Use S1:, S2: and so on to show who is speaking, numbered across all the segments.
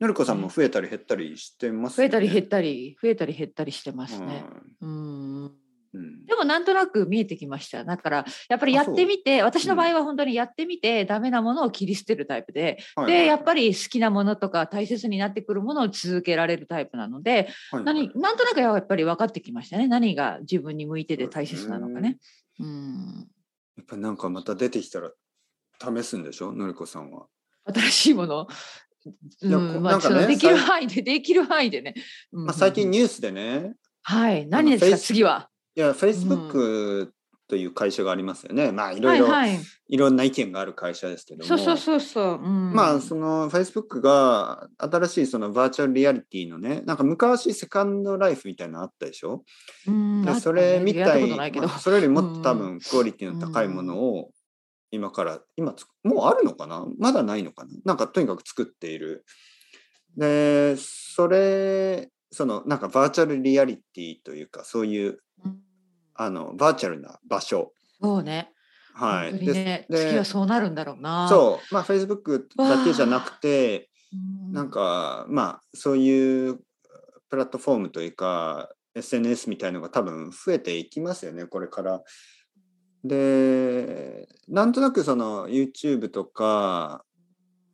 S1: のりこさんも増えたり減ったりしてます
S2: 増えたり減
S1: っ
S2: ったり、増えたり減ったりしてますね。。うん
S1: うん
S2: でもなんとなく見えてきました。だからやっぱりやってみて、私の場合は本当にやってみて、ダメなものを切り捨てるタイプで、でやっぱり好きなものとか大切になってくるものを続けられるタイプなので、
S1: はいはいはい
S2: 何なんとなくやっぱり分かってきましたね。何が自分に向いてて大切なのかね。うん、
S1: やっぱりなんかまた出てきたら試すんでしょのりこさんは。
S2: 新しいもの。
S1: いや
S2: う
S1: こ
S2: んま
S1: な
S2: あ
S1: んか
S2: そ
S1: ね
S2: のできる
S1: さい
S2: 範囲でできる範囲でね。うん
S1: まあ、最近ニュースでね、
S2: はい何です
S1: あの
S2: か
S1: Facebook
S2: 次は。
S1: いや、Facebook という会社がありますよね。まあ、いろ
S2: はいい
S1: ろ、
S2: はい。
S1: いろんな意見がある会社ですけども。
S2: そうそうそうそう。うん、
S1: まあその Facebook が新しいそのバーチャルリアリティのねなんか昔セカンドライフみたいなのあったでしょ、
S2: うん
S1: で
S2: あったね
S1: それみ
S2: やったた
S1: い
S2: ことないけど。
S1: まあそれよりもっと多
S2: う
S1: 分クオリティの高いものを今から、今つもうあるのかなまだないのかななんかとにかく作っているでそれそのなんかバーチャルリアリティというかそういう
S2: うん
S1: あのバーチャルな場所
S2: そうね。
S1: は
S2: 本
S1: い
S2: 当にね、
S1: で
S2: 次はそうなるんだろうな。
S1: そうまあ Facebook だけじゃなくて
S2: うん。
S1: なんかまあそういうプラットフォームというか SNS みたいのが多分増えていきますよねこれから。でなんとなくその YouTube とか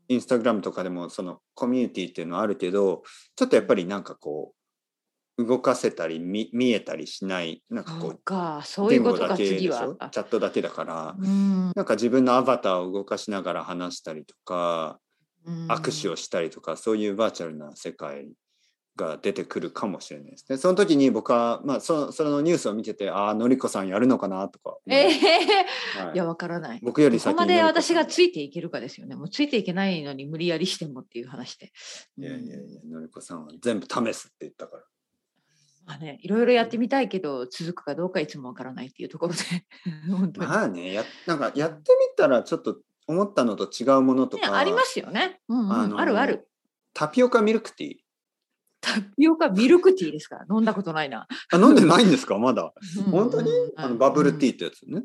S1: Instagram とかでもそのコミュニティっていうのはあるけどちょっとやっぱりなんかこう動かせたり見見えたりしないなんか
S2: そ
S1: こ
S2: う
S1: う
S2: か、そういうことか、
S1: でし
S2: 次は
S1: ょ。チャットだけだから
S2: うん
S1: なんか自分のアバターを動かしながら話したりとか
S2: うん
S1: 握手をしたりとか、そういうバーチャルな世界が出てくるかもしれないですね。その時に僕は、まあ、そそのニュースを見ててああのりこさんやるのかなとか思う、
S2: ええ
S1: はい
S2: いや、わからない。
S1: 僕より
S2: そこ
S1: 先に
S2: まで私が
S1: い
S2: ついていけるかですよね。もうついていけないのに無理やりしてもっていう話で。うん
S1: やいやいやのりこさんは全部試すって言ったから。
S2: まあね、いろいろやってみたいけど、続くかどうかいつもわからないっていうところで。 本当に
S1: まあねやなんかやってみたらちょっと思ったのと違うものと
S2: ね
S1: か、
S2: ありますよね。うんうん
S1: あの
S2: あるある。
S1: タピオカミルクティー
S2: タピオカミルクティーですから、飲んだことないな。
S1: あ飲んでないんですかまだ
S2: うん
S1: 本当に
S2: うん
S1: あのバブルティ
S2: ー
S1: ーってやつね、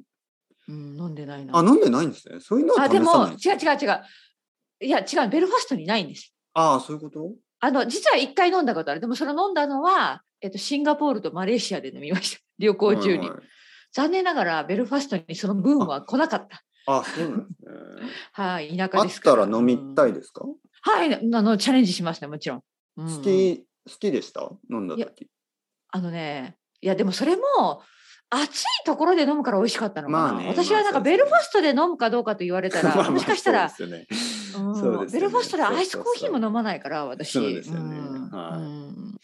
S2: うん、飲んでないな。
S1: あ飲んでないんですねそういうのは
S2: あ
S1: 試
S2: で
S1: さ
S2: も
S1: ない
S2: 違う違う違う。いや違うベルファストにないんです。
S1: ああそういうこと
S2: あの実は一回飲んだことある。でもそれ飲んだのはえっとシンガポールとマレーシアで飲みました。 旅行中に。
S1: はいはい
S2: 残念ながらベルファストにそのブームは来 なかった。
S1: あ、そうなんですね。
S2: はい田舎
S1: あ
S2: で
S1: っ
S2: す
S1: た
S2: から。
S1: ら飲みたい
S2: うん
S1: ですか。
S2: はいあのチャレンジしますねもちろん。うん
S1: 好き、好きでした。飲んだ
S2: いや
S1: 時。
S2: あのねいやでもそれも。暑いところで飲むから美味しかったのかな、
S1: まあね
S2: 私はなん
S1: ま
S2: か
S1: あ
S2: ベルファストで飲むかどうかと言われた ら、
S1: まあまあ
S2: もしかしたら
S1: そうですよね
S2: うん
S1: そうですよね
S2: ベルファストでアイスコーヒーも飲まないから私
S1: そうですよね
S2: うん
S1: はい
S2: うん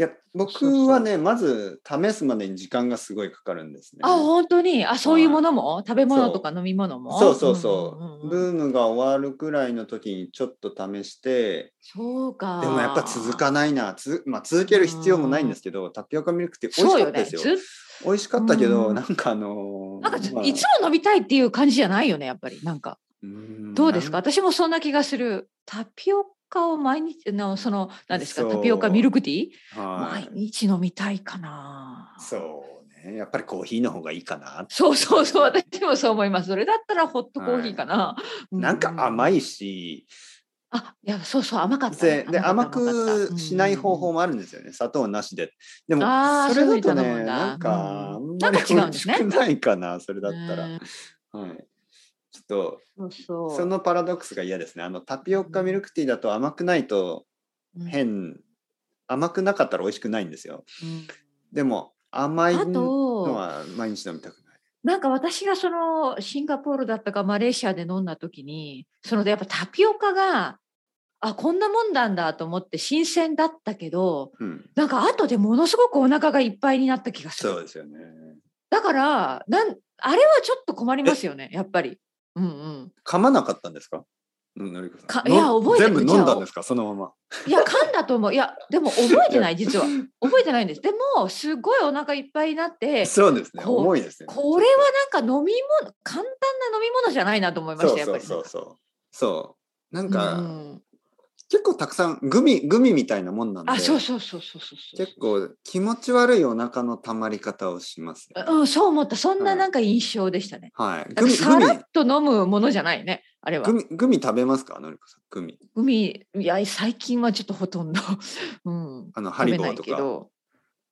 S1: いや、僕はね、まず試すまでに時間がすごいかかるんですね。
S2: あ本当にあそういうものも食べ物とか飲み物も
S1: そうそうそ
S2: んん
S1: う。
S2: んうん
S1: ブームが終わるくらいの時にちょっと試して。
S2: そうか
S1: でもやっぱ続かないな、つ、まあ、続ける必要もないんですけど、タピオカミルクって美味
S2: そ
S1: し
S2: う
S1: か
S2: よ
S1: った
S2: ね
S1: ですよ。
S2: ず
S1: 美味しかったけど、
S2: うん
S1: なんかあのー
S2: なんかず
S1: まあ
S2: いつも飲みたいっていう感じじゃないよねやっぱりなんか
S1: うん
S2: どうですか
S1: なん
S2: 私もそんな気がするタピオカを毎日のその何ですか
S1: そう
S2: タピオカミルクティー
S1: は
S2: 毎
S1: い。
S2: 日飲みたいかな
S1: そうね、やっぱりコーヒーの方がいいかな。
S2: そうそうそう私もそう思いますそれだったらホットコーヒーかな、
S1: なんか
S2: い
S1: 甘いし、
S2: あいやそうそう甘かったね、
S1: でで甘
S2: かった
S1: くしない方法
S2: も
S1: もあるんですよね、砂糖なしで。でも
S2: あー
S1: それだと
S2: そういうふうに頼む
S1: ね
S2: んだ
S1: なんかあ
S2: うんん
S1: まり
S2: なんか違うんですね
S1: 美味しくないかなそれだったら。
S2: うん
S1: はいちょっ
S2: そう
S1: と
S2: そう
S1: そのパラドックスが嫌ですねあのタピオカミルクティーだと甘くないと
S2: うん
S1: 変甘くなかったら美味しくないんですよ
S2: うん
S1: でも甘い
S2: あ
S1: の
S2: と
S1: は毎日飲みたくない
S2: なんか私がそのシンガポールだったかマレーシアで飲んだ時にそのやっぱタピオカがあこんなもんなんだと思って新鮮だったけど
S1: うん
S2: なんか後でものすごくお腹がいっぱいになった気がす
S1: そう
S2: る
S1: ですよね
S2: だからなんあれはちょっと困りますよねやっぱり。うんうん、
S1: 噛まなかったんですかのりこさん
S2: かいや
S1: の
S2: 覚えてる
S1: 全部飲んだんですかそのまま
S2: い や噛んだと思ういやでも覚えてない実は覚えてないんですでもすごいお腹いっぱいになって
S1: そうですね
S2: こう
S1: 重いですね
S2: これはなんか飲み物簡単な飲み物じゃないなと思いまし
S1: そ
S2: た
S1: う
S2: やっ
S1: そ
S2: ぱ
S1: うそう
S2: り
S1: そうそうなんか、
S2: うん
S1: 結構たくさんグミグミみたいなもんなんで
S2: あそうそうそうそうそうそう
S1: 結構気持ち悪いお腹のたまり方をしますよね、
S2: うんそう思ったそん
S1: は
S2: ないなんか印象でしたね、
S1: はい
S2: なん
S1: グ
S2: か
S1: ミ
S2: さ
S1: グ
S2: ら
S1: ミ
S2: っと飲むものじゃないねあれは
S1: グミグミ食べますかのりこさんグミ
S2: グミいや最近はちょっとほとんど、うん、
S1: あのハリ
S2: 食べ
S1: ボ
S2: な
S1: ー
S2: い
S1: と
S2: け
S1: か
S2: ど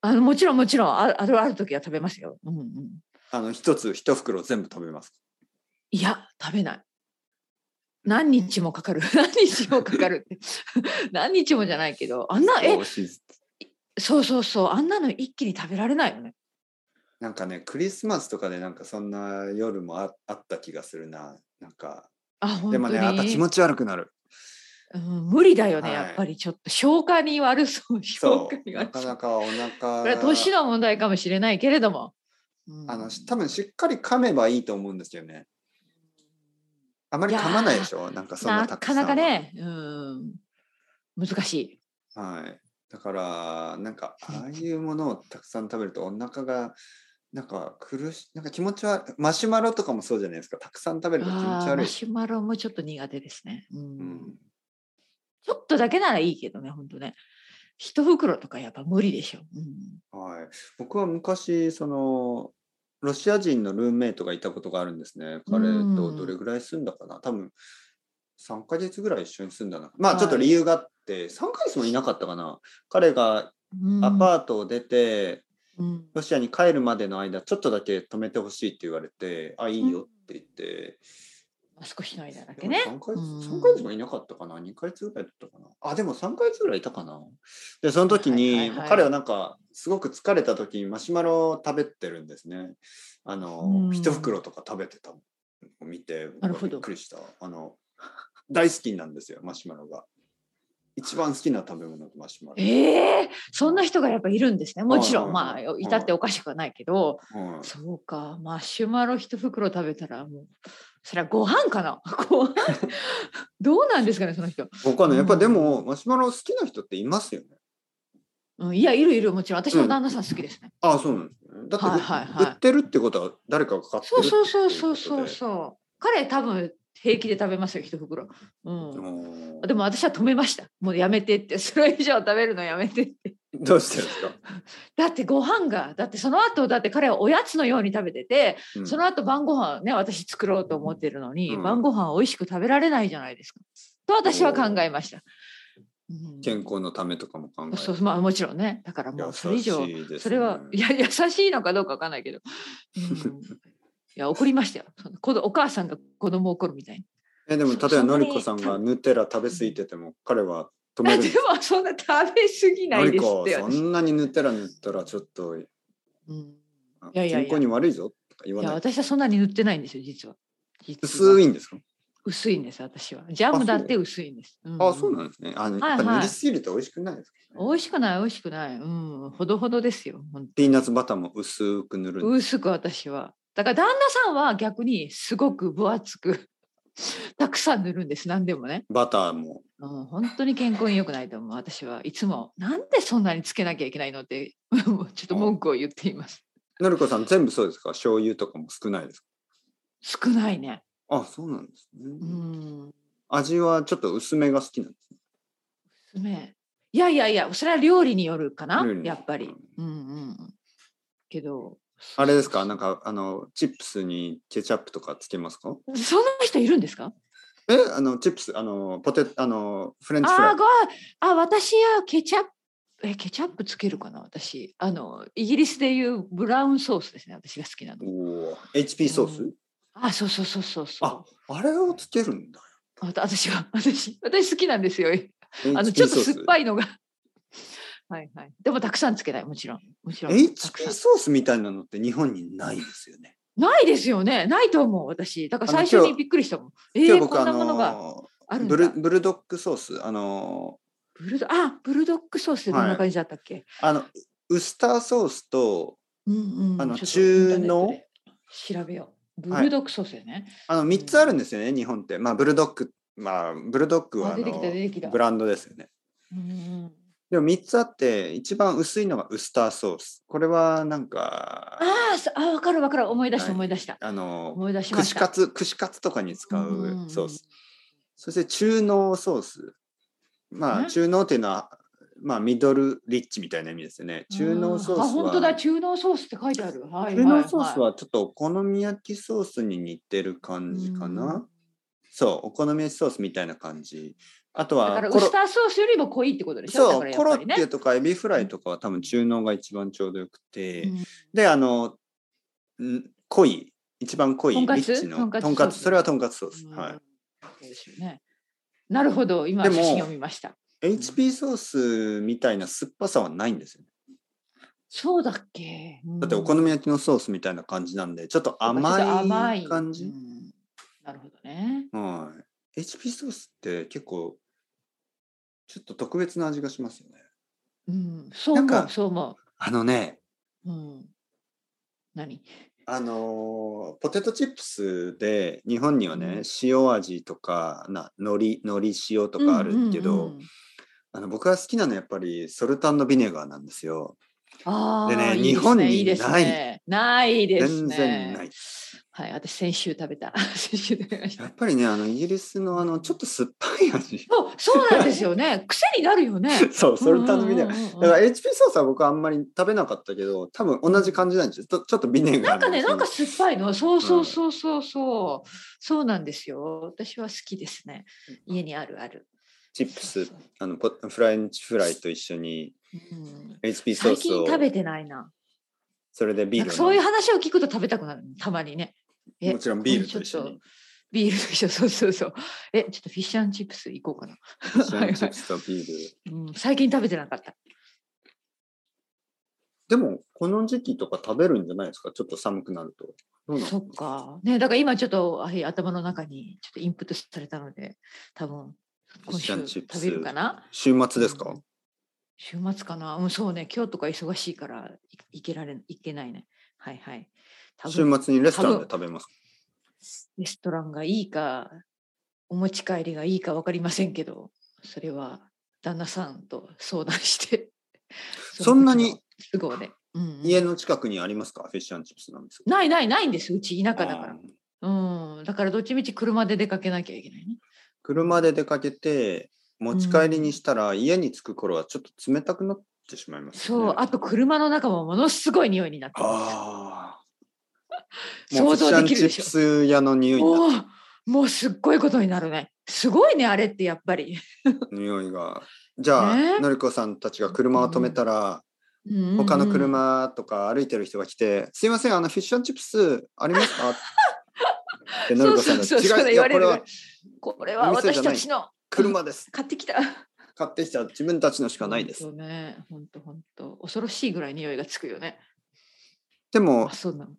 S2: あのもちろんもちろんああるある時は食べますよ、うんうん、
S1: あの一つ一袋全部食べます
S2: いや食べない何日もかかる 何日もかかるって 何日もじゃないけどあんなえ
S1: 少しずつ
S2: そうそうそうあんなの一気に食べられないよね
S1: なんかねクリスマスとかでなんかそんな夜もああった気がするななんか
S2: あ本当
S1: で
S2: に
S1: もねやっぱ気持ち悪くなる
S2: うん、無理だよね、
S1: はい
S2: やっぱりちょっと消化に悪そう消
S1: そ
S2: 化
S1: う
S2: に悪
S1: な
S2: そ
S1: か
S2: う
S1: なかお腹
S2: これは年の問題かもしれないけれども、うん
S1: あのし多分しっかり噛めばいいと思うんですよねあまり噛まないでしょなんかそんな
S2: な
S1: たく
S2: か
S1: さん
S2: なか
S1: は
S2: ね、うん、難しい
S1: はい。だから、なんか、ああいうものをたくさん食べると、お腹が、なんか苦し、なんか気持ち悪い。マシュマロとかもそうじゃないですか。たくさん食べると気持
S2: あ
S1: ち
S2: ー
S1: 悪
S2: マ
S1: い。
S2: シュマロもちょっと苦手ですね、うん
S1: うん、
S2: ちょっとだけならいいけどね本当ね一袋とかやっぱ無理でしょ、うん、
S1: はい。僕は昔、その、ロシア人のルームメイトがいたことがあるんですね。彼
S2: う
S1: と
S2: ん
S1: どれぐらい住んだかな、多分3ヶ月ぐらい一緒に住んだな。まあ
S2: はい
S1: ちょっと理由があって、3ヶ月もいなかったかな。彼が
S2: うん
S1: アパートを出て、
S2: うん
S1: ロシアに帰るまでの間ちょっとだけ泊めてほしいって言われて「あいいよ」って言って、
S2: まあ少しの間だ
S1: で
S2: け
S1: も
S2: ね
S1: 3ヶ月
S2: うん
S1: 3ヶ月もいなかったかな2ヶ月ぐらいだったかなあでも3ヶ月ぐらいいたかなでその時に、
S2: はいはいはい
S1: 彼はなんかすごく疲れた時にマシュマロを食べてるんですねあ
S2: う
S1: の
S2: ん
S1: 一袋とか食べてたのを見て
S2: な
S1: 僕
S2: るほ
S1: はび
S2: ど
S1: っくりしたあの大好きなんですよマシュマロが一番好きな食べ物がマシュマロ、
S2: ええそんな人がやっぱいるんですねもちろん、
S1: うん
S2: まあいたっておかしくはないけど、
S1: うん
S2: そうか、マシュマロ一袋食べたらもう、それはご飯かな ご飯どうなんですかね、その人。
S1: 僕はねやっぱでも、マシュマロ好きな人っていますよね
S2: うん、いや、いるいる、もちろん。私の旦那さん好きですね。
S1: ああそうなんですね。だって、
S2: はいはいはい
S1: 売ってるってことは誰かが買ってる
S2: そうそう
S1: ってい
S2: そう
S1: こと
S2: そ
S1: で
S2: うそうそう。彼多分平気で食べますよ、一袋。う。
S1: うんん
S2: でも私は止めました。もうやめてって、 それ以上食べるのやめてって。
S1: どうしてですか、
S2: だってご飯が、だってその後、だって彼はおやつのように食べてて、
S1: うん
S2: その後晩ご飯ね、私作ろうと思ってるのに、
S1: うん
S2: 晩ご飯美味しく食べられないじゃないですか。と私は考えました。うん
S1: 健康のためとかも考えて
S2: そうまあもちろんねだからもうそれ以上、
S1: 優しいですね
S2: それは いや優しいのかどうかわかんないけど、うんいや 怒りましたよその子どお母さんが子供を怒るみたいに
S1: えでも例え
S2: そ
S1: ば
S2: んな
S1: の
S2: に
S1: りこさんがヌテラ食べ過ぎてても彼は止
S2: あ
S1: め
S2: で
S1: るんです
S2: もそん な食べ過ぎな
S1: の
S2: い
S1: り
S2: です
S1: こ
S2: って
S1: そ
S2: 私、
S1: んなにヌテラ塗ったらちょっと
S2: うん、
S1: あ
S2: いやいやい
S1: 健
S2: や
S1: 康に悪いぞとか言わ
S2: いや
S1: ない
S2: 私はそんなに塗ってないんですよ実は実は
S1: 薄いんですか、
S2: 薄いんです私はジャムだって薄いんですうん
S1: あそうなんですねあの
S2: はい
S1: やっぱ塗りすぎると美味しくないですか、ね
S2: 美味しくない美味しくないうんほどほどですよ本当
S1: ピーナッツバターも薄く塗るんで
S2: 薄く私はだから旦那さんは逆にすごく分厚くたくさん塗るんです何でもね、
S1: バターも
S2: うん、本当に健康に良くないと思う私はいつもなんでそんなにつけなきゃいけないのって もうちょっと文句を言っています
S1: のりこさん全部そうですか醤油とかも少ないです
S2: 少ないね
S1: かあそうなんですね、
S2: うん
S1: 味はちょっと薄めが好きなんですね
S2: ねいやいやいやそれは料理によるかな
S1: 料理に
S2: やっぱりうんうんうんけど
S1: あれですかなんかあのチップスにケチャップとかつけますか
S2: そんな人いるんですか
S1: えあのチップスあのポテあのフレンチフラ
S2: あ
S1: イ
S2: ーごあ私はケチャップえケチャップつけるかな私あのイギリスでいうブラウンソースですね私が好きなの
S1: おー HP ソース、
S2: うんあそうそうそうそうそう
S1: あれをつけるんだ
S2: あ私は私私好きなんですよ
S1: よ
S2: あのちょっと
S1: HP ソース
S2: 酸っぱいのがはいはいでもたくさんつけないもちろんもちろんたく
S1: HP
S2: さ
S1: ソースみたいなのって日本にないですよね
S2: んないですよねないと思う私だから
S1: あの
S2: 最初
S1: 今
S2: に
S1: 日
S2: びっくりしたもんえ
S1: 今日
S2: ー、
S1: 僕
S2: こ
S1: あ
S2: んなものが
S1: の
S2: あるんだ
S1: ブルブルドックソースあの
S2: ブルドあブルドックソースってどんな感じだったっけ、
S1: あのウスターソースと
S2: うんうん
S1: あの
S2: ちょっとインター
S1: 中
S2: ネット
S1: 濃
S2: で調べようブ
S1: はい
S2: ルドックソースよね、
S1: あの3つあるんですよね、日本ってまあブルドックまあブルドックは
S2: あ
S1: あ
S2: 出てきた出てきた
S1: のブランドですよね
S2: うん
S1: でも3つあって一番薄いのがウスターソースこれはなんか
S2: あーそあ、わかるわかる、思い出した、
S1: はい
S2: 思い出した。
S1: あの
S2: 思い出しま
S1: 串
S2: した。
S1: カツ串カツとかに使うソース、そして中濃ソースま
S2: ね
S1: あ中濃っていうのはまあミドルリッチみたいな意味ですよね
S2: うん
S1: 中濃ソース
S2: あ、
S1: は
S2: 本当だ、中濃ソースって書いてある。はい、
S1: 中濃ソース
S2: い
S1: はちょっとお好み焼きソースに似てる感じかな、そうお好み焼きソースみたいな感じあと
S2: だ
S1: は
S2: からウ
S1: コロ
S2: スターソースよりも濃いってことでしょだ
S1: そ
S2: か
S1: う
S2: らや
S1: コ
S2: っ
S1: ロ
S2: ぱ
S1: ッ
S2: りね
S1: ケとかエビフライとかは多分中濃が一番ちょうどよくて、
S2: うん
S1: であのん濃い一番濃い
S2: と
S1: リ
S2: んかつ
S1: ッチの
S2: とんかつ
S1: とんかつ
S2: ソース
S1: それはとんかつソース、はい
S2: そうですよね。なるほど、今
S1: でも
S2: 写真を見ました。
S1: HP ソースみたいな酸っぱさはないんですよね
S2: そうだっけ。
S1: だってお好
S2: うん
S1: み焼きのソースみたいな感じなんでちょっと
S2: ちょっと
S1: 甘い感
S2: う
S1: じ
S2: んなるほどね。
S1: はい。HP ソースって結構ちょっと特別な味がしますよね。
S2: うん、そう
S1: なん
S2: 思
S1: か
S2: う、そう思
S1: あのね、
S2: う。うん。何。
S1: あのーポテトチップスで日本にはね、
S2: うん
S1: 塩味とかな海苔海苔塩とかあるけど、
S2: うんうんうん
S1: あの僕が好きなのはやっぱりソルタンビネガーなんですよ。
S2: あ
S1: でね
S2: あ、いい
S1: 日本に
S2: いいです
S1: ない
S2: ね。ないですね。
S1: 全然ない。
S2: はい、私先週食 べた。先週食べまし
S1: や
S2: た
S1: っ。ぱりねあのイギリスのあのちょっと酸っぱい味
S2: そう、そうなんですよね。癖になるよね。
S1: そうソルタンビネガー。だから
S2: ー。
S1: HP ソースは僕はあんまり食べなかったけど多分同じ感じなんですよちょちょっとビネガー
S2: なんかね、
S1: 味
S2: なんか酸っぱいの、そうそうそうそうそう、そうなんですよ。私は好きですね。家にあるある。
S1: チップスあのポフランチフライと一緒に
S2: うん、
S1: HP ソー
S2: 最
S1: ス
S2: 近
S1: を
S2: 食べてないな。
S1: それでビ
S2: な
S1: ー
S2: ん
S1: ル
S2: か
S1: を
S2: そういう話を聞くと食べたくなる、たまにね。え
S1: もちろんビールと一緒
S2: これちょ
S1: に
S2: っとビールと一緒、 そうそうそう。え、ちょっとフィッシュチップス行こうかな。
S1: フィッシュチップスとビール
S2: うん、最近食べてなかった。
S1: でもこの時期とか食べるんじゃないですかちょっと寒くなるとどうなの
S2: そっか。ね、だから今ちょっと、はい、頭の中にちょっとインプットされたので、多分
S1: フィッ
S2: 今
S1: シュ
S2: 週
S1: チップ
S2: 食
S1: ス
S2: べるかな。
S1: 週末ですか、
S2: うん週末かな。うん、そうね。今日とか忙しいからい行けられ行けないね。はいはい。多
S1: 週
S2: 分
S1: 末にレストランで食べますか
S2: レストランがいいか、お持ち帰りがいいか分かりませんけど、それは旦那さんと相談して。
S1: そんなに
S2: 都合で。うんうん
S1: 家の近くにありますかフィッシュチップスなんです
S2: ないないないんです。うち田舎
S1: か
S2: だから
S1: あ。ー
S2: うん。だからどっちみち車で出かけなきゃいけないね。
S1: 車で出かけて持ち帰りにしたら、家に着く頃はちょっと冷たくなってしまいますよね、
S2: そう、あと車の中もものすごい匂いになってま
S1: ああ。
S2: 想像できる
S1: もうフィッシュアンド
S2: でしょ
S1: チップス屋の匂
S2: す。
S1: いになっ
S2: もう、もうすっごいことになるね。すごいね、あれってやっぱり。
S1: た匂いが。じゃあ、
S2: ね
S1: のりこさんたちが車を止めたら、
S2: うん
S1: 他の。車とか歩いてる人が来て、すいません、あのフィッシュアンドチップスあります かってのり
S2: そう
S1: こさんが
S2: そうそう、そ
S1: 違う、
S2: れ
S1: い
S2: 言わ
S1: や、こ
S2: れ
S1: れ
S2: る
S1: は。
S2: これは
S1: お店じ
S2: 私
S1: ゃない
S2: たちの
S1: 車です。
S2: 買ってきた。
S1: 買ってきた自分たちのしかないです。
S2: 本当ね、本当本当。恐ろしいぐらい匂いがつくよね。
S1: でも
S2: あ、、そうなの。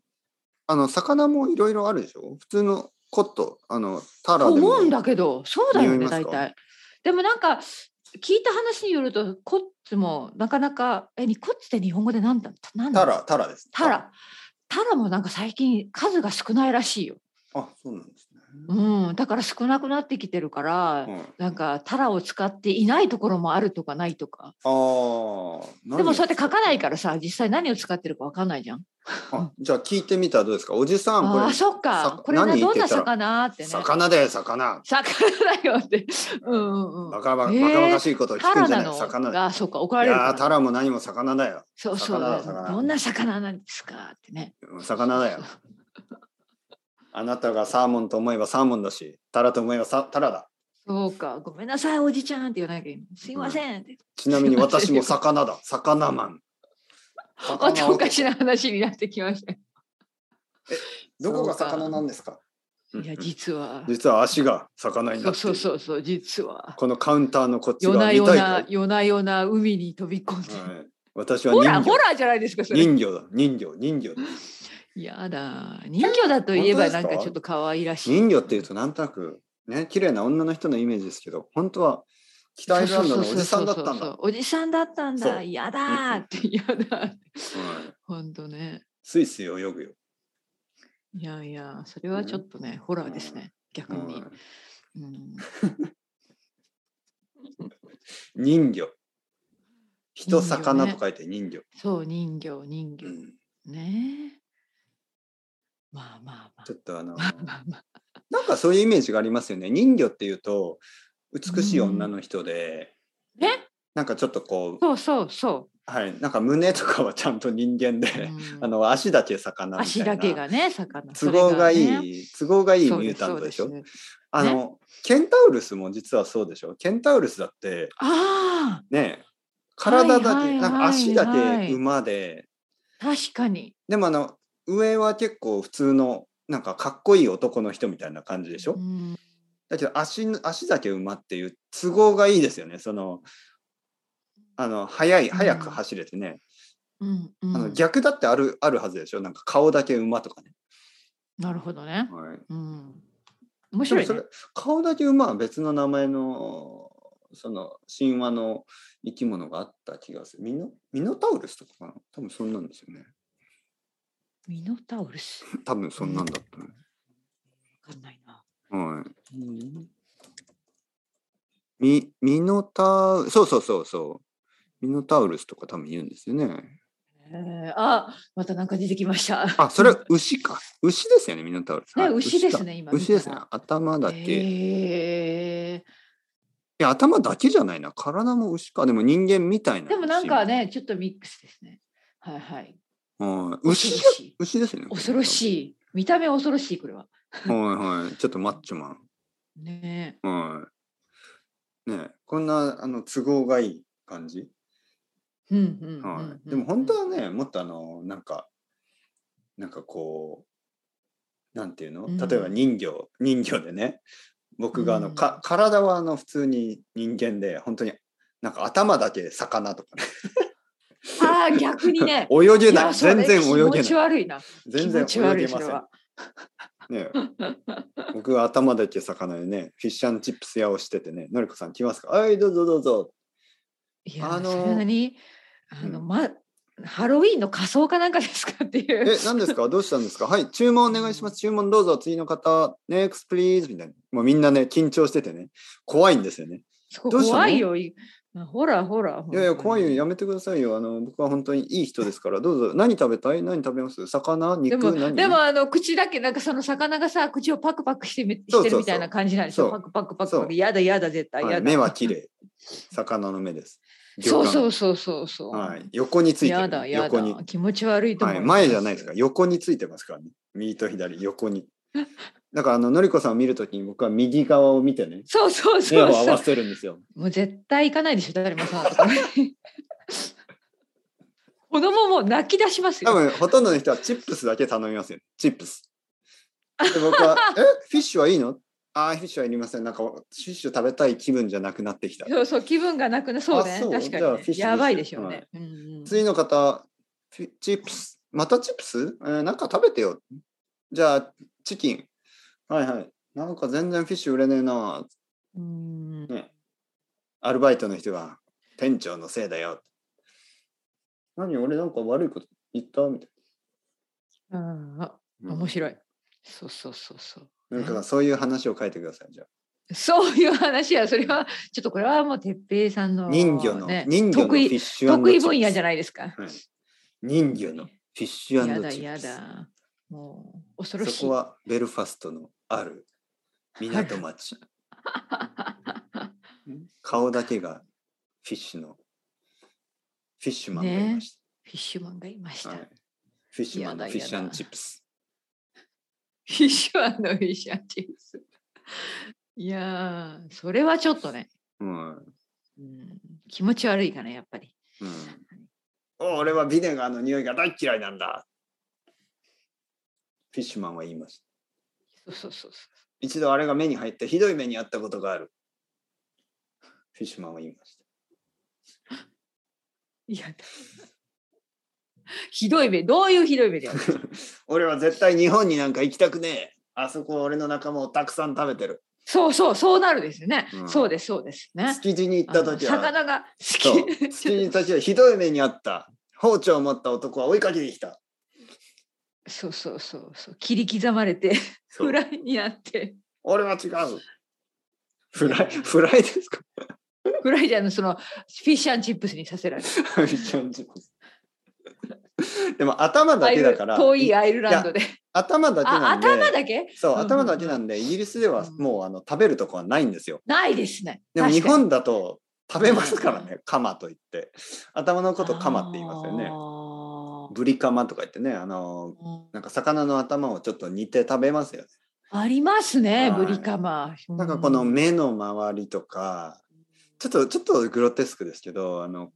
S1: あの魚もいろいろあるでしょ普通のコット、あの、タラ
S2: と
S1: で
S2: 思
S1: も。
S2: うんだけど、そうだよ
S1: 匂
S2: ね、
S1: います
S2: 大
S1: か
S2: 体。でもなんか、聞いた話によると、コッツもなかなか、え、にコッツって日本語でなんだなんだ
S1: タラ、タラです。
S2: タ。ラ。タラもなんか最近数が少ないらしいよ。
S1: あ、そうなんですね。
S2: うん、だから少なくなってきてるから、
S1: はい
S2: なんかタラを使っていないところもあるとかないとか。
S1: ああ。
S2: でもそうやって書かない
S1: か
S2: からさ、実際何を使ってるかわかんないじゃん。
S1: あじゃあ聞いてみたらどうですかおじさんこれ
S2: ああ、そっ
S1: さ
S2: か。これな
S1: 何
S2: どんな
S1: って言ったら
S2: 魚ってね。
S1: 魚だよ魚
S2: 魚だよって。うんうんうん
S1: バ。カバカ
S2: えー
S1: バカバカしいことを聞
S2: タ
S1: くん
S2: ラ
S1: じゃ
S2: な
S1: ない、
S2: の
S1: 魚だよ
S2: が、そうか、怒ら
S1: い
S2: れるか
S1: や
S2: ら
S1: ータラも何も魚だよ
S2: そうそう
S1: 魚だ魚だ
S2: どんな魚なんですかってね。
S1: うん魚だよあなたがサーモンと思えばサーモンだしタラと思えばさタラだ
S2: そうか、ごめんなさい、おじちゃんって言わなきゃいけない。すいませんって。
S1: ちなみに私も魚 だ魚マン
S2: またおかし
S1: 魚男
S2: な話になってきました。
S1: どこが魚なんですかうん
S2: いや、実は。
S1: 実は足が魚に
S2: そ
S1: なっ
S2: う
S1: てい
S2: そう
S1: る
S2: そうそう、実は。
S1: このカウンターのこっち
S2: 夜
S1: が
S2: な
S1: 見
S2: 夜
S1: たいか
S2: な、夜な夜な海に飛び込んで。
S1: はい私は
S2: ホ
S1: 人
S2: ラー、ホ
S1: 魚
S2: ラーじゃないですか、それ。
S1: 人魚だ人魚人魚だ
S2: やだ。人魚だといえば、なんかちょっと可愛らしい。
S1: 人魚っていうとなんとなくね綺麗な女の人のイメージですけど本当は北アイルランドのおじさんだった
S2: そ
S1: ん
S2: うそうそうそう
S1: だ
S2: そう。おじさんだったん
S1: そ
S2: だ。
S1: う
S2: やだーって、やだーって。
S1: はい
S2: ほんとね。
S1: スイスイ泳ぐよ、
S2: いやいや、それはちょっとね、ホラーですね。逆
S1: は
S2: に
S1: い。
S2: うん
S1: 人魚人
S2: 人魚ね
S1: 魚と書いて人魚
S2: そう、人魚、人魚
S1: う。ん
S2: ねえ。まあまあまあ
S1: ちょっとあの
S2: まあまあまあ。
S1: なんかそういうイメージがありますよね人魚っていうと美しい女の人で、
S2: うんね
S1: なんかちょっとこう
S2: そうそうそう。
S1: はい、なんか胸とかはちゃんと人間で、
S2: うん
S1: あの足だけ魚みたい
S2: 足
S1: な
S2: だけがね魚
S1: 都合がい
S2: それね
S1: い、都合がいい
S2: そう
S1: ミュ
S2: で
S1: ー
S2: す
S1: タントでしょ
S2: そうす
S1: あの、ケンタウルスも実はそうでしょケンタウルスだって
S2: あ
S1: ね体だけ、
S2: はいはいはい
S1: なんか足だ
S2: はい
S1: け馬で
S2: あ確かに
S1: でもあの上は結構普通のなんかかっこいい男の人みたいな感じでしょ、
S2: うん
S1: だけど足の足だけ馬っていう都合がいいですよねそのあの速い
S2: うん
S1: 速く走れてね、
S2: うんうん
S1: あの逆だってあるあるはずでしょなんか顔だけ馬とかね、
S2: なるほどね
S1: はい、
S2: うん面白い
S1: でも
S2: ね
S1: それ顔だけ馬は別の名前のその神話の生き物があった気がするミノミノタウルスとかかな多分そんなんですよね
S2: ミノタウルス
S1: 多分そんなんだったね、
S2: わかんないな
S1: はいミミノタウそうそうそうそうミノタウルスとか多分言うんですよね
S2: えーあまたなんか出てきました
S1: あそれは牛か牛ですよねミノタウルス、
S2: ね
S1: はい
S2: 牛です
S1: だ
S2: ね今見たら
S1: 牛ですね頭だけ、い
S2: へえ
S1: や頭だけじゃないな体も牛かでも人間みたいな
S2: でもなんかねちょっとミックスですねはいはい
S1: 牛も、はい、牛じゃ牛
S2: 恐ろしい
S1: ですよね。
S2: 恐ろしい見た目恐ろしいこれは
S1: はいはい。ちょっとマッチョマ
S2: ね
S1: ン。はい。ねえこんなあの都合がいい感じ。
S2: えうんうんうんうん
S1: は
S2: うん
S1: い。でも本当はね、もっとあの、なんか、なんかこう、なんていうの
S2: うん
S1: 例えば人形、人形でね、僕があの、
S2: うん
S1: か体はあの普通に人間で、本当になんか頭だけ魚とかね。
S2: ああ逆にね
S1: 泳げない
S2: やそれ
S1: 全然泳
S2: 気
S1: げ
S2: 持ち
S1: ない
S2: 悪いな
S1: 全然
S2: 気持ち悪
S1: 泳げ
S2: いそ
S1: ま
S2: れ
S1: せん
S2: は。
S1: ねえ僕は頭だけ魚でね、フィッシュチップス屋をしててね、のりこさん来ますかはい、どうぞどうぞ。
S2: いや
S1: あの
S2: それなにあの、
S1: うん
S2: まハロウィンの仮装かなんかですかっていう
S1: え、 何ですかどうしたんですかはい、注文お願いします。注文どうぞ。次の方、next please みたいな。もうみんなね、緊張しててね、怖いんですよね。
S2: そこ
S1: どうしたの
S2: 怖いよいほらほら
S1: いやいや、怖いよ。
S2: よ
S1: やめてくださいよ。あの、僕は本当にいい人ですから、どうぞ。何食べたい何食べます魚
S2: で
S1: 肉
S2: も
S1: 何
S2: でもあの口だけなんかその魚がさ口をパクパクしてみし
S1: そうそう
S2: て
S1: そ
S2: る
S1: う
S2: みたいな感じなんでしょ
S1: そう
S2: パクパクパク
S1: そ
S2: パ
S1: う
S2: クやだやだ絶対
S1: は
S2: や
S1: い、
S2: だ、
S1: 目は綺麗。魚の目です。
S2: そうそううそうそうそう、
S1: はい、横について
S2: や
S1: る、
S2: だや
S1: 横に
S2: だ。気持ち悪いと思
S1: はいい、
S2: ます、
S1: 前じゃないですか横についてますからね右と左横にだからあののりこさんを見るときに僕は右側を見てね
S2: そうそ
S1: 目
S2: う
S1: を
S2: そう
S1: 合
S2: そ
S1: わ
S2: う
S1: せるんですよ
S2: もう絶対行か ないでしょ誰もそんなとこに子供も泣き出します
S1: 多分
S2: よ
S1: ほとんどの人はチップスだけ頼みますよチップスで僕 は「えフィッシュはいいの?」あーフィッシュはいりませんなんかフィッシュ食べたい気分じゃなくなってきた
S2: そうそう気分がなくなそうね
S1: あそう
S2: 確か
S1: じゃあ
S2: に
S1: フィ
S2: ね、
S1: ッシュ
S2: やばいでしょう
S1: は
S2: ね
S1: い、
S2: うんうん
S1: 次の方フィチップスまたチップス、えーなんか食べてよじゃあチキンはいはいなんか全然フィッシュ売れねえな
S2: うん
S1: ねアルバイトの人が店長のせいだよ。何俺なんか悪いこと言ったみたい
S2: うんあ
S1: な。
S2: 面白いそうそうそうそう
S1: うんなんかそういう話を書いてください。じゃ
S2: そういう話や、それは、ちょっとこれはもう哲平さん
S1: あ
S2: の、
S1: 人魚の、
S2: ね
S1: 人魚のフ
S2: 得
S1: ィ
S2: 意
S1: ッシュ
S2: 得意分野じ
S1: な
S2: ゃ
S1: い。
S2: ないですか。
S1: 人魚のフィッシュ
S2: やだ
S1: チッ
S2: や
S1: プス
S2: だ。もう、恐ろしい。
S1: そこはベルファストのある港 町。顔だけがフィッシュのフィッシュマンがいまし。
S2: フィッシュマンがいましたた。
S1: はいフィッシュマンのフィッシ
S2: やだや
S1: ュ
S2: だ
S1: チップス。
S2: フィッシュマンのフィッシュアンチーズ。いやー、それはちょっとね、
S1: うん
S2: うん、気持ち悪いかな、やっぱり。
S1: うん、俺はビネガーの匂いが大嫌いなんだ。フィッシュマンは言いました。
S2: そうそうそうそ
S1: 一度あれが目に入ってひどい目にあったことがある。フィッシュマンは言いました。
S2: う。いやだ。ひどい目、どういうひどい目だよ。
S1: 俺は絶対日本になんか行きたくねえ。あそこは俺の仲間をたくさん食べてる。
S2: そうそう、そうなるですよね。
S1: うん
S2: そうです、そうですね。
S1: 築地に行った時
S2: あの
S1: は、
S2: 魚が
S1: そう
S2: 好き。
S1: 築地に行った時はひどい目にあった。包丁を持った男は追いかけてきた。
S2: そうそうそうそう切り刻まれて
S1: そう
S2: フライになって
S1: 俺は違う。フライ、フライですか
S2: フライじゃのそのフィッシュアンチップスにさせられる
S1: フィッシュマンチップスでも頭だ
S2: アイ
S1: け
S2: ル
S1: だから、
S2: 遠いアイルランドで
S1: 頭だけ
S2: あ
S1: なんで
S2: 頭だけ
S1: そう
S2: うんうん
S1: 頭だけなんでイギリスでは
S2: うん
S1: もうあの食べるとこはないんですよ
S2: ないですね
S1: でも日
S2: 確かに
S1: 本だと食べますからね、カマと言って。頭のことカマって言いますよね。
S2: あ
S1: ブリカマとか言ってね、あの、
S2: ー
S1: なんか魚の頭をちょっと煮て食べますよね。
S2: ありますね、
S1: はい
S2: ブリカマ。
S1: なんかこの目の周りとか、ちょっと、ちょっとグロテスクですけど、あの、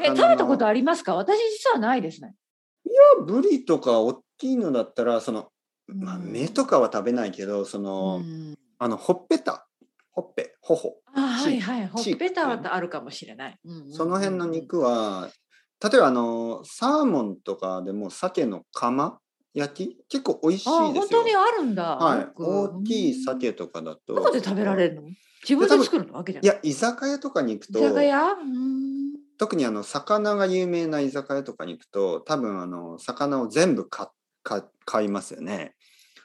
S2: え食べたこと
S1: あ
S2: ありますか私実はないですね。
S1: るブリとか大きいのだったら、その、まあ、
S2: うん
S1: 目とかは食べないけど、そうの、
S2: ん
S1: あの、ほっぺた、ほっぺ、頬、
S2: あはいはい、ほっ
S1: チーク
S2: ぺたはあるかもしれない。うんうんうん
S1: その辺の肉は、例えばあの、サーモンとかでも鮭の釜焼き結構美味しいです
S2: あ
S1: よ。
S2: 本当にあるんだ。
S1: は
S2: よ
S1: い、
S2: く
S1: 大きい。鮭とかだと。
S2: どこで食べられるの自分で作るのわけじゃ
S1: い
S2: ない。
S1: や、居酒屋とかに行く
S2: 居酒
S1: と、
S2: 屋うん
S1: 特にあの、魚が有名な居酒屋とかに行くと、多分あの、魚を全部買買買いますよね。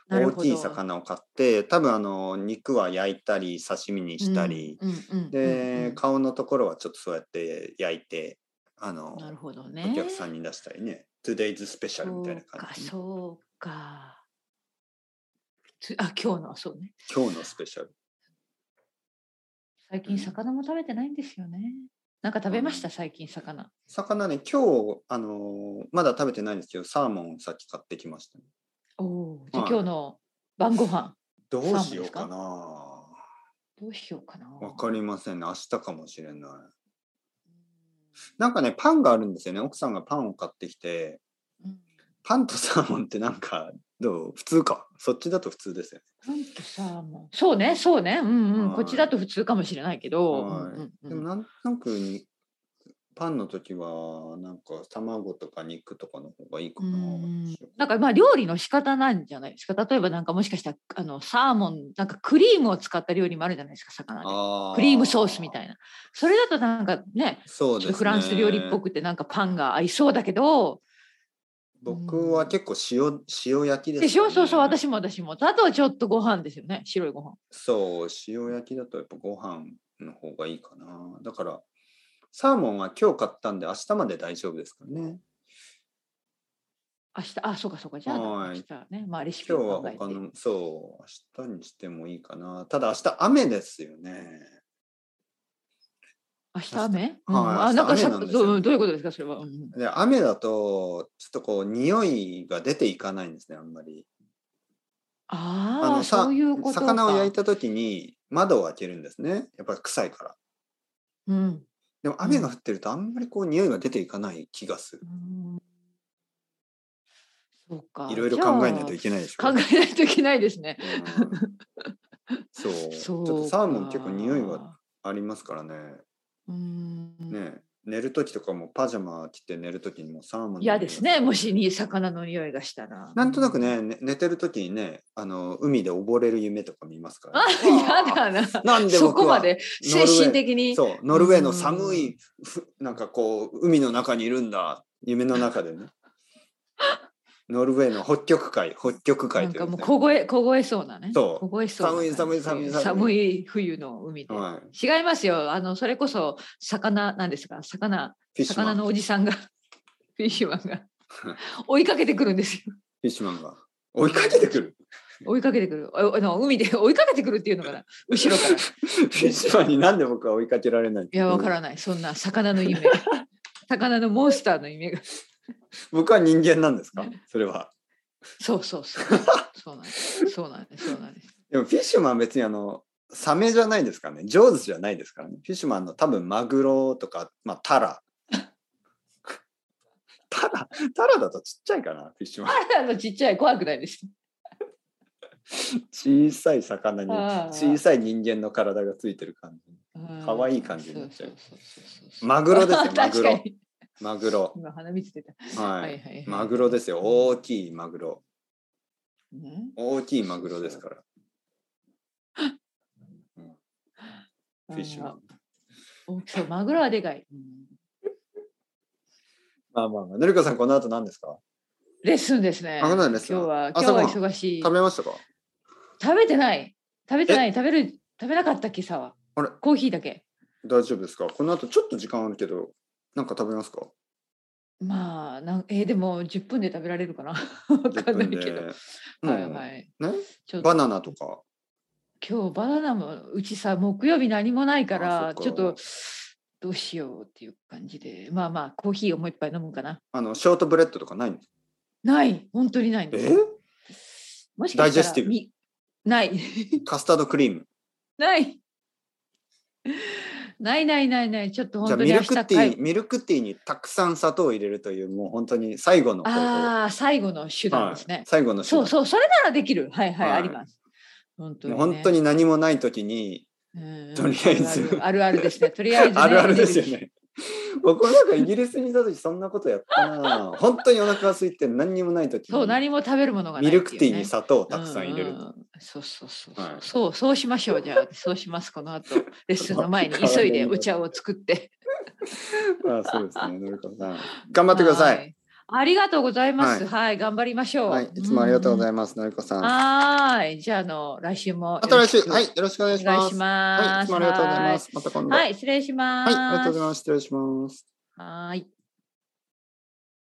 S2: なる
S1: 大
S2: ほど
S1: きい魚を買って、多分あの、肉は焼いたり、刺身にしたり、
S2: うんうんうんうん
S1: で、顔のところはちょっとそうやって焼いて、あの、
S2: なるほどね。
S1: お客さんに出したりね、Today's Special みたいな感じ、
S2: そうか、そうか。つあ、今日のはそうね。
S1: 今日のスペシャル。
S2: 最
S1: う
S2: 近
S1: ん
S2: 魚も食べてないんですよね。なんか食べました、最近魚。
S1: 魚ね、今日、あのーまだ食べてないんですけど、サーモンさっき買ってきましたね、
S2: おおー。じゃあ
S1: はい
S2: 今日の晩ご飯
S1: どうしよう
S2: サー
S1: か
S2: モ
S1: な。
S2: どうしようかな。
S1: わかりませんね。明日かもしれない。なんかね、パンがあるんですよね。奥さんがパンを買ってきて、
S2: うん
S1: パンとサーモンってなんか、どう普通か。そっちだと普通ですよね。
S2: なんとさ、もうそうね、そうね、うんうん、
S1: はい
S2: こっちだと普通かもしれないけど、
S1: はい
S2: うんうん
S1: で
S2: う
S1: も
S2: ん
S1: なんとなくに、パンの時は、なんか卵とか肉とかの方がいいかな。
S2: うんなんかまあ料理の仕方なんじゃないですか。例えばなんかもしかしたらあのサーモンなんかクリームを使った料理もあるじゃないですか。魚でクリームソースみ
S1: い
S2: たいな。それだとなんかね、
S1: そう
S2: ち
S1: で
S2: ょ
S1: すね。
S2: っとフランス料理っぽくてなんかパンが合いそうだけど、
S1: 僕は結構塩塩焼きです、
S2: でしょそうそう、。私も私も。あとはちょっとご飯ですよね、白いご飯。
S1: そう、塩焼きだとやっぱご飯の方がいいかな。だから、サーモンは今日買ったんで明日まで大丈夫ですからね。
S2: 明日、あ、そうかそうか、じゃあ、
S1: はい
S2: 明日ね、まあレシピ
S1: 今
S2: を
S1: 日は
S2: 考えて。
S1: 他の、そう、明日にしてもいいかな。ただ明日雨ですよね。
S2: 明日雨、
S1: 明
S2: う
S1: 日
S2: ん、
S1: はい
S2: あ、なんか
S1: 明日
S2: さ
S1: 雨なんですよ
S2: どうどういうことですか、それは。うんうん
S1: で雨だと、ちょっとこう、匂いが出ていかないんですね、あんまり。
S2: ああ、そういうことか。
S1: 魚を焼いた時に窓を開けるんですね。やっぱり臭いから。
S2: うん。
S1: でも雨が降ってるとあんまりこう匂いが出ていかない気がする
S2: う。んそうか。
S1: いろいろ考えないとい
S2: け
S1: けないでしょ。
S2: 考えないといけないですね。
S1: うんそう
S2: そう
S1: ちょっとサーモン結構匂いは
S2: か。
S1: ありますからね。
S2: うん。
S1: ね寝る時とかもパジャマ着て寝る時にもサーモンの匂いが
S2: 嫌ですね。もしに魚の匂いがしたら。
S1: なんとなくねね寝てる時にねあの海で溺れる夢とか見ますから、
S2: あ。 嫌だな。
S1: なんで僕は
S2: そこまで精神的に。
S1: そうノルウェーの寒いふなんかこう海の中にいるんだ夢の中 でね。ノルウェーの北極海北極
S2: な
S1: 海
S2: ん
S1: とい
S2: か
S1: う
S2: もう
S1: ね
S2: 凍え凍えそうなね。
S1: そう
S2: 凍えそうな感じ。
S1: 寒い寒い寒い寒い
S2: 寒い冬の海で。
S1: はい、
S2: 違いますよ。あのそれこそ魚なんですが、魚
S1: フィッシュマ
S2: 魚
S1: ン
S2: の
S1: フ
S2: おじさんが フィッシュマ ンが追いかけてくるんですよ。
S1: ィッシュマンが追いかけてくる
S2: 追いかけてくる。ああの海で 追いかけてくるっていうのかな。後ろから。い
S1: フィッシュマンになんで僕は追いかけられない
S2: やわから
S1: ん
S2: ない。そんな魚 の夢。魚のモンスターの夢が。
S1: 僕は人間なんですかそれは
S2: そうそうそう。そうなんです。そうなんです。そうなんです。
S1: でもフィッシュマンは別にあのサメじゃないですからね上手じゃないですからねフィッシュマンの多分マグロとか、まあ、タ ラタラタラだとちっちゃいかなフィッシュマン
S2: あのちっちゃい怖くないです。
S1: 小さい魚に
S2: ああ
S1: 小さい人間の体がついてる感じ
S2: 可
S1: 可愛い感じになっちゃう。
S2: そうそうそうそう
S1: マグロ ですよマグ
S2: 確か
S1: ロ
S2: に。
S1: マグロ
S2: 今鼻水出た。
S1: はい、
S2: はいはいはい
S1: マグロですよ大きいマグロ
S2: うん
S1: 大きいマグロですからフィッシュマン
S2: おそうマグロはでかい。うん
S1: まあまあまあのりこさんこの後何ですか
S2: レッスンですね。
S1: あそうなんですか
S2: 今日は今日
S1: 朝ご
S2: は
S1: はん
S2: 忙しい。
S1: 食べましたか
S2: 食べてない。食べてない。食べる食べなかった今朝は。
S1: あれ
S2: コーヒーだけ。
S1: 大丈夫ですかこの後ちょっと時間あるけどなんか食べますか
S2: まあなんえーでも10分で食べられるかな。 わかんないけど。
S1: 10分
S2: はい
S1: で
S2: は
S1: も
S2: い。
S1: うね
S2: ちょっ
S1: バ
S2: と
S1: ナナとか
S2: 今日バナナもうちさ木曜日何もないか
S1: あ
S2: ら
S1: そっか
S2: ちょっとどうしようっていう感じで、まあまあ、コーヒーをもう一杯飲むかな。
S1: あの、ショートブレッドとかないの
S2: ない、本当にないんです
S1: え
S2: よ。もしか
S1: ダイジェ
S2: し
S1: ス
S2: た
S1: ティブ
S2: らみない、
S1: カスタードクリーム。
S2: ない。ないないないない、ちょっと
S1: じゃ
S2: 本
S1: あ
S2: 当
S1: ミ
S2: に明
S1: ル
S2: 日
S1: クティー、ミルクティーにたくさん砂糖を入れるという、もう本当に最後の方法。
S2: ああ、最後の手段ですね。
S1: はい、最後の手
S2: そ
S1: 段
S2: うそう、それならできる。はいはい、
S1: はい
S2: あります。本当に、
S1: も
S2: ね。
S1: う本当に何もない時に、
S2: うん。
S1: とりあえず
S2: あるあるある あるですね。とりあえず、ね。
S1: あるあるですよね。 僕もなんかイギリスにいた時そんなことやったな本当にお腹が空いて何にもない時
S2: そう、
S1: に
S2: 何も食べるものがない
S1: ミ
S2: ってい
S1: ル
S2: うね、
S1: クティーに砂糖をたくさん入れる
S2: う
S1: と、
S2: んうんそうそうそうそう、
S1: はい
S2: そうそうしましょうじゃあそうしますこの後レッス ンの前に急いでお茶を作って
S1: あそうですねのりこさん頑張ってください
S2: はいありがとうございますはい、頑張りましょう
S1: はい、いつもありがとうござ
S2: い
S1: います、のりこさん。
S2: ま、
S1: ます
S2: はーいじゃああの来週も
S1: た来週、
S2: よ
S1: は
S2: ろ
S1: い、
S2: し
S1: よろしくお願い
S2: く
S1: し
S2: お願
S1: ま
S2: いし
S1: す。
S2: ます
S1: はい、いつもありがとうございます。また今度。
S2: は
S1: はいい、
S2: 失礼し
S1: あ
S2: ます
S1: りがとうございます。失礼します。
S2: はい